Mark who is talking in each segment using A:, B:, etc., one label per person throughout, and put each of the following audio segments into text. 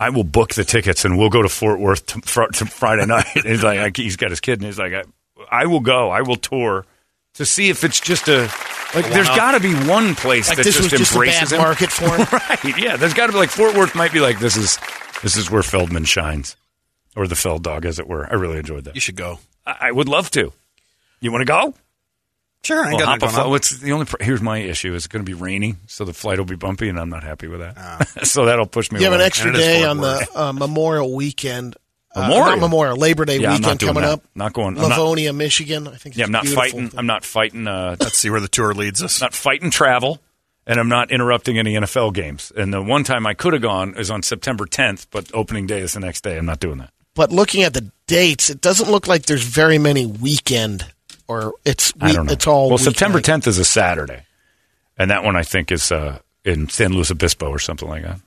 A: I will book the tickets and we'll go to Fort Worth t- fr- t- Friday night." he's like, I, he's got his kid, and he's like, I, "I will go. I will tour to see if it's just a like. There's got to be one place
B: like
A: that
B: this
A: just
B: was just a
A: embraces
B: bad
A: him.
B: market for him.
A: Right. Yeah. There's got to be like Fort Worth might be like this is this is where Feldman shines, or the Feld dog, as it were. I really enjoyed that.
C: You should go.
A: I, I would love to. You want to go?
C: Sure, I ain't
A: Well,
C: got
A: hop a
C: nothing
A: flight.
C: going on.
A: What's the only? Pr- here's my issue: it's going to be rainy, so the flight will be bumpy, and I'm not happy with that. so that'll push me.
B: You have an
A: away.
B: extra
C: And it is
B: day
C: Fort
B: on the uh, Memorial Weekend. Uh,
A: Memorial?
B: not Memorial Labor Day
A: Yeah, I'm not
B: weekend
A: doing
B: coming
A: that.
B: up.
A: Not going- I'm not-
B: Livonia, Michigan. I think. It's
A: Yeah, I'm not
B: beautiful.
A: fighting. I'm not fighting. Uh,
C: Let's see where the tour leads us.
A: not fighting travel, and I'm not interrupting any NFL games. And the one time I could have gone is on September 10th, but opening day is the next day. I'm not doing that.
B: But looking at the dates, it doesn't look like there's very many weekend. Or it's
A: I
B: week-
A: don't know.
B: it's all
A: well,
B: weeknight.
A: September 10th is a Saturday, and that one I think is uh, in San Luis Obispo or something like that.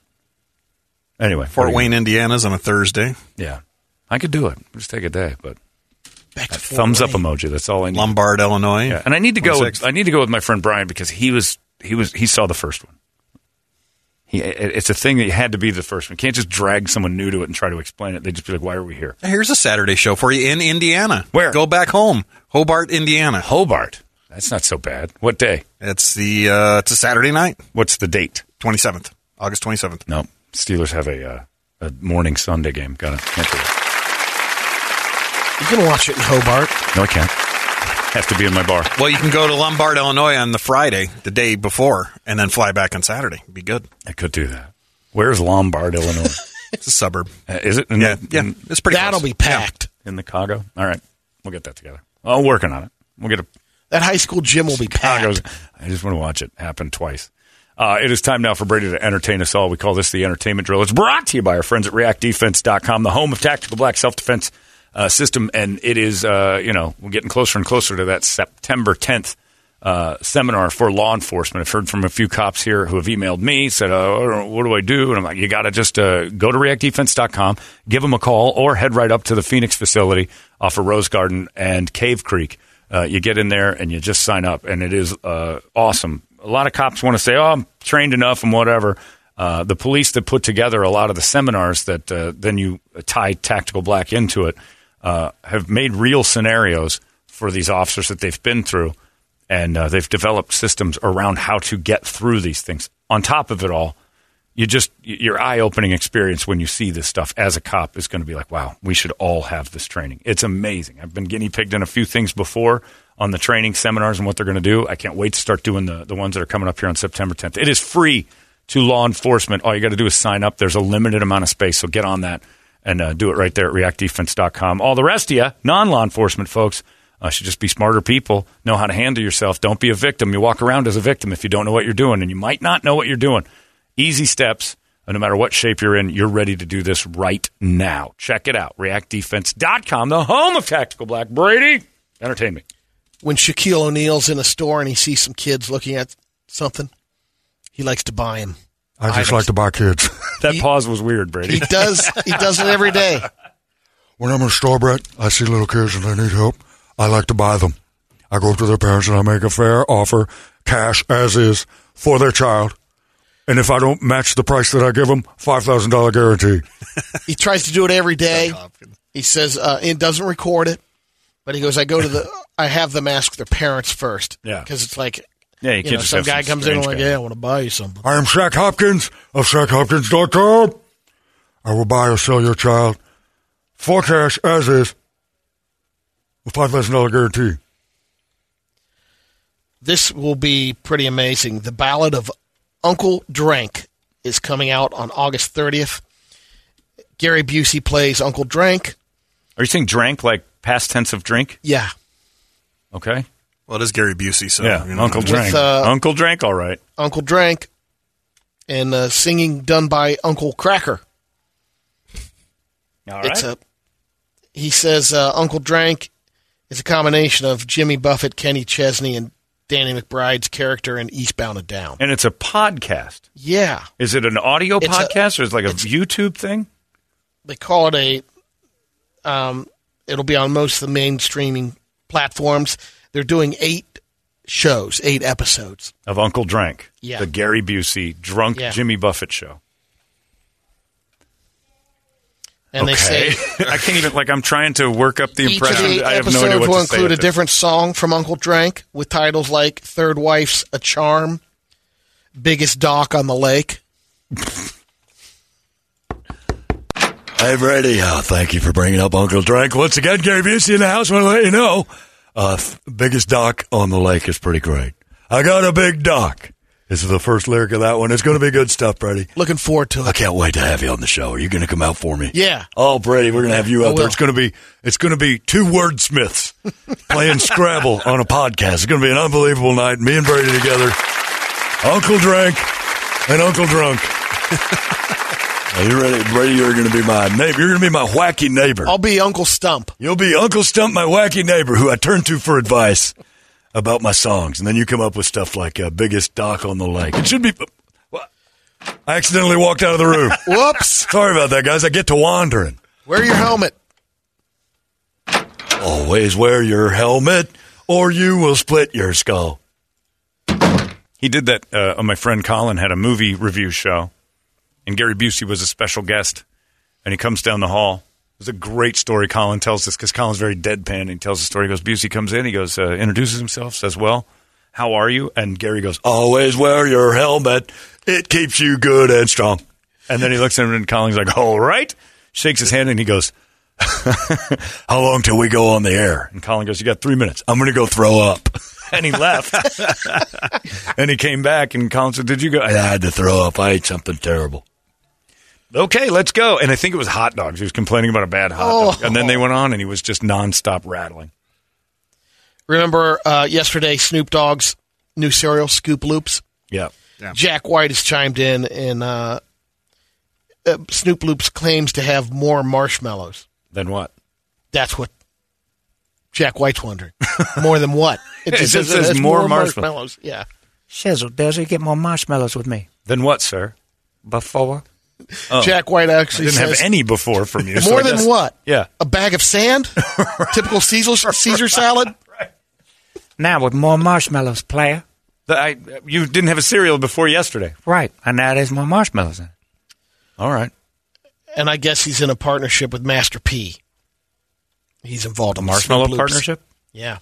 A: Anyway, what do
C: Fort
A: you-
C: Wayne, Indiana's on a Thursday.
A: Yeah. I could do it. Just take a day, but
B: Back to Fort
A: thumbs up
B: Wayne.
A: emoji. That's all I need.
C: Lombard, Illinois.
A: Yeah. And I need to go.
C: 26th.
A: With, I need to go with my friend Brian because he was he was he saw the first one. He, it- it's a thing that you had to be the first one. You can't just drag someone new to it and try to explain it. They just be like, "Why are we here?"
C: Here's a Saturday show for you in Indiana.
A: Where?
C: Go back home, Hobart, Indiana.
A: Hobart. That's not so bad. What day?
C: It's the uh, it's a Saturday night,
A: What's the date?
C: twenty seventh, August twenty seventh.
A: No, Steelers have a uh, a morning Sunday game. Got to can't do it.
B: You can watch it in Hobart.
A: No, I can't. Have to be in my bar.
C: Well, you can go to Lombard, Illinois on the Friday, the day before, and then fly back on Saturday. Be good.
A: I could do that. Where's Lombard, Illinois?
C: It's a suburb.
A: Uh, Is it? In
C: Yeah,
A: the-
C: yeah,
A: in-
C: it's pretty.
B: That'll
C: close.
B: be packed.
A: in the Cago. All right, we'll get that together. I'm working on it. We'll get a
B: That high school gym will be
A: Cago's.
B: packed.
A: I just want to watch it happen twice. Uh, it is time now for Brady to entertain us all. We call this the entertainment drill. It's brought to you by our friends at ReactDefense.com, the home of tactical black self defense uh, system, and it is uh, you know we're getting closer and closer to that September 10th. Uh, seminar for law enforcement. I've heard from a few cops here who have emailed me, said, oh, What do I do? And I'm like, You got to just uh, go to reactdefense.com, give them a call, or head right up to the Phoenix facility off of Rose Garden and Cave Creek. Uh, you get in there and you just sign up, and it is uh, awesome. A lot of cops want to say, "Oh, I'm trained enough and whatever." Uh, the police that put together a lot of the seminars that uh, then you tie tactical black into it uh, uh, have made real scenarios for these officers that they've been through, and uh, they've developed systems around how to get through these things. On top of it all, you just y- your eye opening experience when you see this stuff as a cop is going to be like, wow, we should all have this training. It's amazing. I've been guinea pigged in a few things before on the training seminars and what they're going to do. I can't wait to start doing the, the ones that are coming up here on September 10th. It is free to law enforcement. All you got to do is sign up. There's a limited amount of space, so get on that and uh, do it right there at reactdefense.com. All the rest of you, non law enforcement folks, uh, should just be smarter people, know how to handle yourself. Don't be a victim. You walk around as a victim if you don't know what you're doing, and you might not know what you're doing. Easy steps, and no matter what shape you're in, you're ready to do this right now. Check it out. ReactDefense.com, the home of Tactical Black. Brady, entertain me.
B: When Shaquille O'Neal's in a store and he sees some kids looking at something, he likes to buy them.
D: I just like to buy kids.
A: That pause was weird, Brady.
B: He does. he does it every day.
D: when I'm in a store, Brett, I see little kids and they need help. I like to buy them. I go up to their parents and I make a fair offer, cash as is, for their child. And if I don't match the price that I give them, $5,000 guarantee.
B: He tries to do it every day. He says uh, and doesn't record it, but he goes, "I go to the, I have them ask their parents first,
A: Yeah.
B: because it's like,
A: Yeah, you
B: you
A: can't
B: know,
A: just
B: some
A: have
B: guy
A: some
B: comes in and
A: strange
B: like,
A: guy.
B: yeah, I want to buy you something.
D: I am Shaq Hopkins of ShaqHopkins.com. I will buy or sell your child for cash as is, with $5,000 guarantee.
B: This will be pretty amazing. The Ballad of Uncle Drank is coming out on August 30th. Gary Busey plays Uncle Drank.
A: Are you saying drank like past tense of drink?
B: Yeah,
A: Okay.
C: Well, it is Gary Busey, so
A: Yeah,
C: you know,
A: Uncle
C: I'm-
A: Drank.
B: uh,
A: Uncle Drank, all right.
B: Uncle Drank, and uh, singing done by Uncle Cracker.
A: All
B: it's a. He says uh, Uncle Drank is a combination of Jimmy Buffett, Kenny Chesney, and Danny McBride's character in Eastbound and Down.
A: and it's a podcast.
B: Yeah,
A: Is it an audio
B: It's a-
A: podcast or is it like a YouTube thing?
B: they call it a. Um, it'll be on most of the mainstreaming platforms. They're doing eight shows, eight episodes.
A: Of Uncle Drank.
B: Yeah.
A: The Gary Busey drunk
B: Yeah.
A: Jimmy Buffett show.
B: And they say
A: Okay. I can't even, like, I'm trying to work up the
B: each of the
A: impression.
B: eight
A: I have
B: episodes
A: no idea what
B: will
A: to say with
B: include a
A: this.
B: different song from Uncle Drank with titles like Third Wife's a Charm, Biggest Dock on the Lake.
D: Hey, Brady. Uh, thank you for bringing up Uncle Drank. Once again, Gary Busey in the house. want to let you know. Uh, th- biggest dock on the lake is pretty great. I got a big dock. This is the first lyric of that one. It's going to be good stuff, Brady.
B: Looking forward to
D: I
B: it.
D: can't wait to have you on the show. Are you going to come out for me?
B: Yeah.
D: Oh, Brady, we're going to have you
B: I
D: out there.
B: will.
D: It's going to be it's going to be two wordsmiths playing Scrabble on a podcast. It's going to be an unbelievable night. Me and Brady together, Uncle Drank and Uncle Drunk. Are you ready, Brady? You're going to be my neighbor. You're going to be my wacky neighbor.
B: I'll be Uncle Stump.
D: You'll be Uncle Stump, my wacky neighbor, who I turn to for advice about my songs, and then you come up with stuff like uh, "Biggest Dock on the Lake." It should be. What? I accidentally walked out of the room.
B: Whoops.
D: Sorry about that, guys. I get to wandering.
B: Wear your helmet.
D: Always wear your helmet, or you will split your skull.
A: He did that. Uh, my friend Colin had a movie review show, and Gary Busey was a special guest. And he comes down the hall. It was a great story. Colin tells this because Colin's very deadpan. And he tells the story. He goes, Busey comes in. He goes, uh, introduces himself, says, "Well, how are you?" And Gary goes, "Oh."
D: Always wear your helmet. It keeps you good and strong.
A: And then he looks at him, and Colin's like, "All right." Shakes his hand, and he goes,
D: How long till we go on the air?
A: and Colin goes, "You got three minutes." Um,
D: I'm going to go throw up.
A: And he left. and he came back, and Colin said, "Did you go?"
D: I had to throw up. I ate something terrible.
A: okay, let's go. And I think it was hot dogs. He was complaining about a bad hot dog. And then they went on and he was just nonstop rattling.
B: Remember uh, yesterday Snoop Dogg's new cereal, Scoop Loops?
A: Yeah.
B: Jack White has chimed in, and uh, uh, Snoop Loops claims to have more marshmallows.
A: Then what?
B: That's what Jack White's wondering. More than what?
A: It just says
B: it's
A: more
B: marshmallows. Yeah.
E: Shizzle, does he get more marshmallows with me?
A: Then what, sir?
E: Before?
B: Jack White actually
A: Oh. Didn't
B: says
A: have any before from you. so
B: more
A: I
B: than
A: guess-
B: what?
A: Yeah.
B: A bag of sand? Typical Caesar, Caesar salad?
E: Now with more marshmallows, player.
A: The- I, you didn't have a cereal before yesterday.
E: Right, and now there's more marshmallows in it.
A: All right.
B: And I guess he's in a partnership with Master P. He's involved in the
A: Marshmallow
B: Snoop Loops.
A: partnership?
B: Yeah.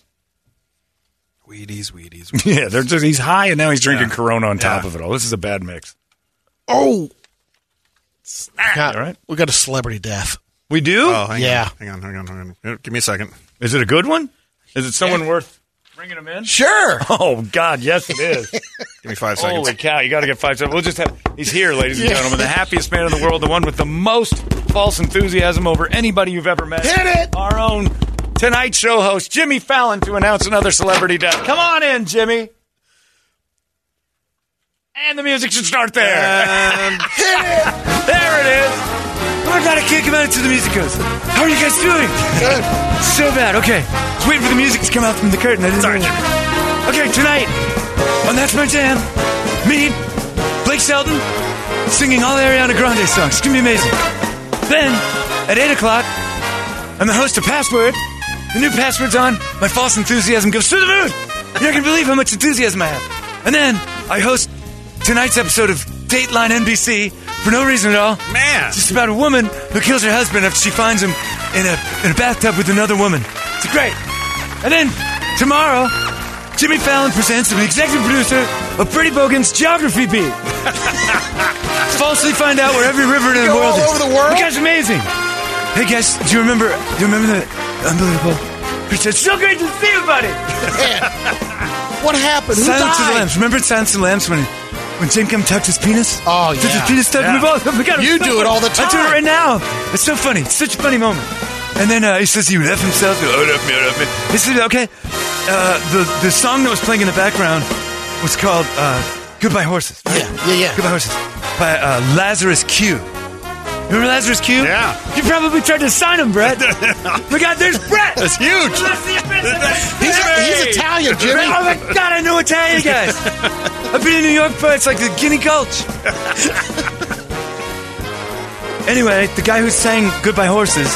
C: Wheaties, Wheaties. Wheaties.
A: Yeah, they're just, he's high and now he's drinking Corona on top of it all. This is a bad mix.
B: Oh,
A: all right.
B: we got a celebrity death.
A: We do?
C: Oh, hang
B: Yeah.
C: on. Hang on, hang on, hang on. Here, Give me a second.
A: Is it a good one? Is it someone worth bringing him in?
B: Sure.
A: Oh, God, yes, it is.
C: Give me five seconds.
A: Holy cow, you got to get five seconds. We'll just have, he's here, ladies and gentlemen, the happiest man in the world, the one with the most false enthusiasm over anybody you've ever met.
B: Hit it!
A: Our own Tonight Show host, Jimmy Fallon, to announce another celebrity death. Come on in, Jimmy. And the music should start there. there it is.
E: Oh my god, I can't come out until the music goes. How are you guys doing? Good. So bad, okay. Just waiting for the music to come out from the curtain. I didn't Sorry. Okay, tonight, on That's My Jam, me, Blake Shelton, singing all Ariana Grande songs. It's gonna be amazing. Then, at 8 o'clock, I'm the host of Password. The new password's on. My false enthusiasm goes through the moon. You're not gonna believe how much enthusiasm I have. And then, I host tonight's episode of Dateline NBC for no reason at all.
C: Man.
E: It's about a woman who kills her husband after she finds him in a, in a bathtub with another woman. It's great. And then tomorrow, Jimmy Fallon presents the executive producer of Pretty Bogan's Geography Beat. Falsely find out where every river in the
B: Go
E: world
B: all
E: is.
B: over the world?
E: You guys are amazing. Hey guys, do you remember? Do you remember the unbelievable? It's so great to see you, buddy.
B: Man. what happened? Who
E: Silence of the
B: died?
E: Lambs. Remember Silence of the Lambs when when Jim Gum tucked his penis?
B: Oh,
E: Tucked
B: yeah.
E: his penis tucked in the balls. Oh my God, it was
B: You
E: so
B: do it
E: funny.
B: all the
E: I do it
B: time.
E: right now. It's so funny. It's such a funny moment. And then uh, he says he would F himself. He would F me, I'd F me. He said, okay, uh, the, the song that was playing in the background was called uh, Goodbye Horses.
B: Yeah, yeah, yeah.
E: Goodbye Horses by uh, Lazarus Q. Remember Lazarus Q?
C: Yeah.
E: You probably tried to sign him, Brett. my God, there's Brett.
C: That's huge.
B: He's, he's Italian, Jimmy.
E: Oh my god, I know Italian guys. I've been in New York, but it's like the Guinea Gulch. anyway, the guy who sang Goodbye Horses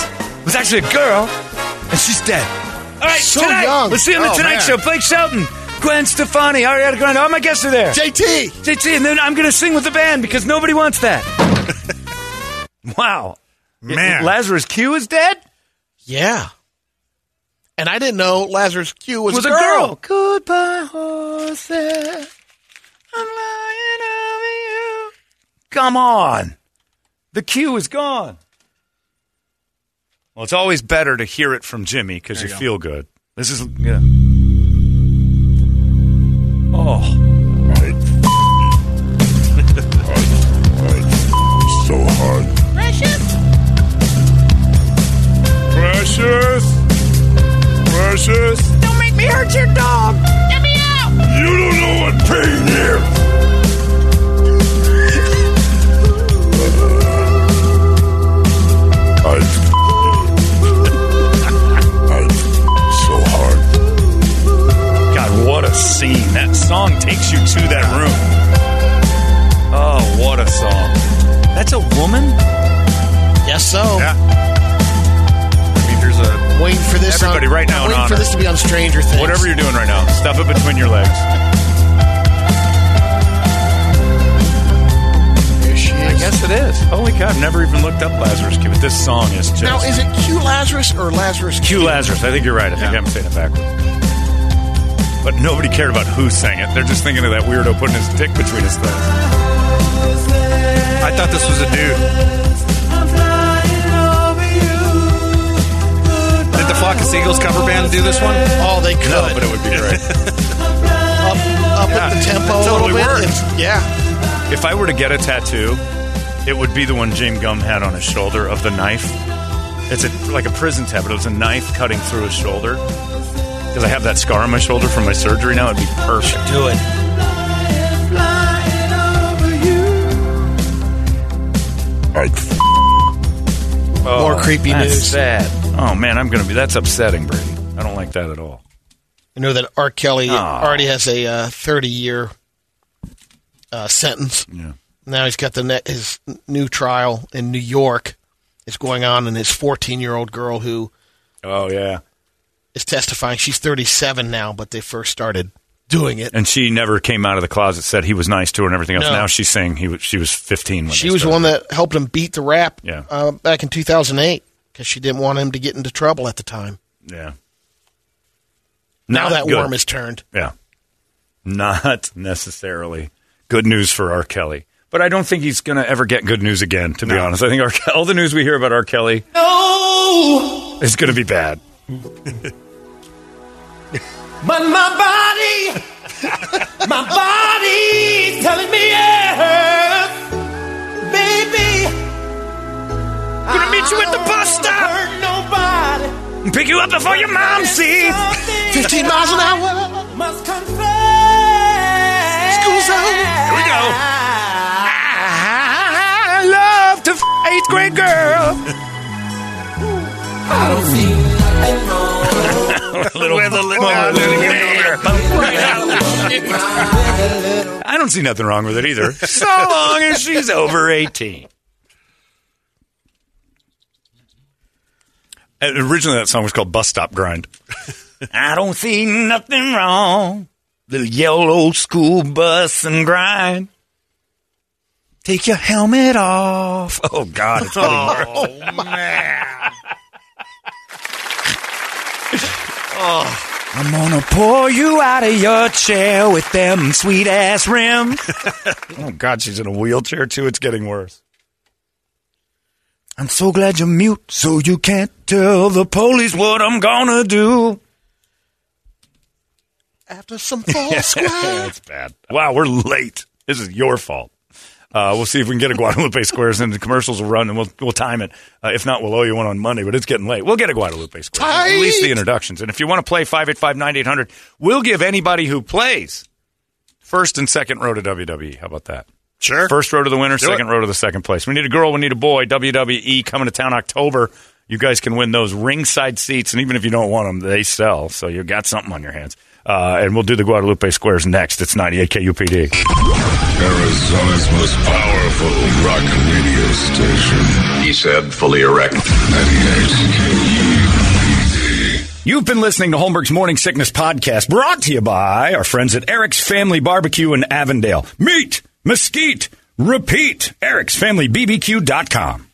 E: was actually a girl, and she's dead. All right,
B: So
E: tonight,
B: young.
E: Let's see on the
C: Oh,
E: Tonight
C: man.
E: Show. Blake Shelton, Gwen Stefani, Ariana Grande. All my guests are there.
B: JT.
E: JT, and then I'm going to sing with the band because nobody wants that. wow.
C: Man.
E: Lazarus Q is dead?
B: Yeah. And I didn't know Lazarus Q was,
E: was a girl. Goodbye, horses. I'm lying over you. Come on.
A: The cue is gone. Well, it's always better to hear it from Jimmy because you, feel good. This is yeah. Oh,
F: So hard.
A: precious, precious. Don't make me hurt your dog. Get me out.
F: You don't know what pain is. I. I. So hard.
A: God, what a scene! That song takes you to that room. Oh, what a song!
E: That's a woman?
B: Yes, so.
C: Yeah. I mean, here's a.
B: Waiting for this.
A: Everybody
B: on,
A: right now in
B: Waiting
A: honor.
B: for this to be on Stranger Things.
A: Whatever you're doing right now, stuff it between your legs.
B: There she is.
A: I guess it is. Holy cow! I've never even looked up Lazarus Q, but this song is just
B: Now, is it Q Lazarus or Lazarus
A: Q Lazarus. I think you're right. I think
C: Yeah.
A: I'm saying it backwards. But nobody cared about who sang it. They're just thinking of that weirdo putting his dick between his thighs.
C: I thought this was a dude. Did the Flock of Seagulls cover band do this one?
B: Oh, they could.
A: But it would be great.
B: up up at the tempo a
C: totally
B: little bit.
C: worked.
B: It's- yeah.
A: if I were to get a tattoo, it would be the one James Gum had on his shoulder of the knife. It's a, like a prison tab, but it was a knife cutting through his shoulder. Because I have that scar on my shoulder from my surgery now, it'd be perfect.
B: Do it.
F: I.
B: More creepy
A: that's
B: news.
A: sad. Oh man, I'm gonna be. That's upsetting, Brady. I don't like that at all.
B: I know that R. Kelly already has a uh, 30 year uh, sentence.
A: Yeah.
B: Now he's got the net, his new trial in New York is going on, and his 14 year old girl who
A: Oh yeah.
B: is testifying. She's 37 now, but they first started doing it.
A: And she never came out of the closet, said he was nice to her and everything else.
B: No.
A: Now she's saying he was, she was 15 when
B: She
A: they
B: was the
A: started.
B: one that helped him beat the rap
A: Yeah.
B: uh, back in 2008. because she didn't want him to get into trouble at the time.
A: Yeah. Not
B: Now that
A: good.
B: worm is turned.
A: Yeah. Not necessarily good news for R. Kelly. But I don't think he's going to ever get good news again, to be honest. I think R. Ke- all the news we hear about R. Kelly is going to be bad.
G: But my body, my body's telling me it hurts, baby. Gonna meet you at the bus stop. Hurt nobody.
A: Pick you up before your mom sees.
G: Something
B: 15 miles an hour.
G: I Must confess.
B: School's out.
A: Here we go. I love to f- eighth grade girl.
C: With a little-
A: I don't see nothing wrong with it either, so long as she's over 18. And Uh, originally, that song was called Bus Stop Grind.
E: I don't see nothing wrong. Little yellow school bus and grind. Take your helmet off.
A: Oh, God. It's getting worse.
E: Oh. I'm gonna pull you out of your chair with them sweet ass rims.
A: Oh, God, she's in a wheelchair, too. It's getting worse.
E: I'm so glad you're mute, so you can't tell the police what I'm gonna do.
B: After some fall square.
A: That's bad. Wow, we're late. This is your fault. Uh, we'll see if we can get a Guadalupe Squares, and the commercials will run, and we'll we'll time it. Uh, if not, we'll owe you one on Monday, but it's getting late. We'll get a Guadalupe Squares, at least the
B: Tight.
A: introductions. And if you want to play 585-9800, we'll give anybody who plays first and second row to WWE. How about that?
C: Sure.
A: First row to the winner,
C: it.
A: second row to the second place. We need a girl, we need a boy. WWE coming to town October. You guys can win those ringside seats, and even if you don't want them, they sell. So you got something on your hands. Uh, and we'll do the Guadalupe Squares next. It's 98 KUPD.
H: Arizona's most powerful rock radio station. He said, fully erect. 98 KUPD.
A: You've been listening to Holmberg's Morning Sickness Podcast, brought to you by our friends at Eric's Family Barbecue in Avondale. Meet, mesquite, repeat. Eric'sFamilyBBQ.com.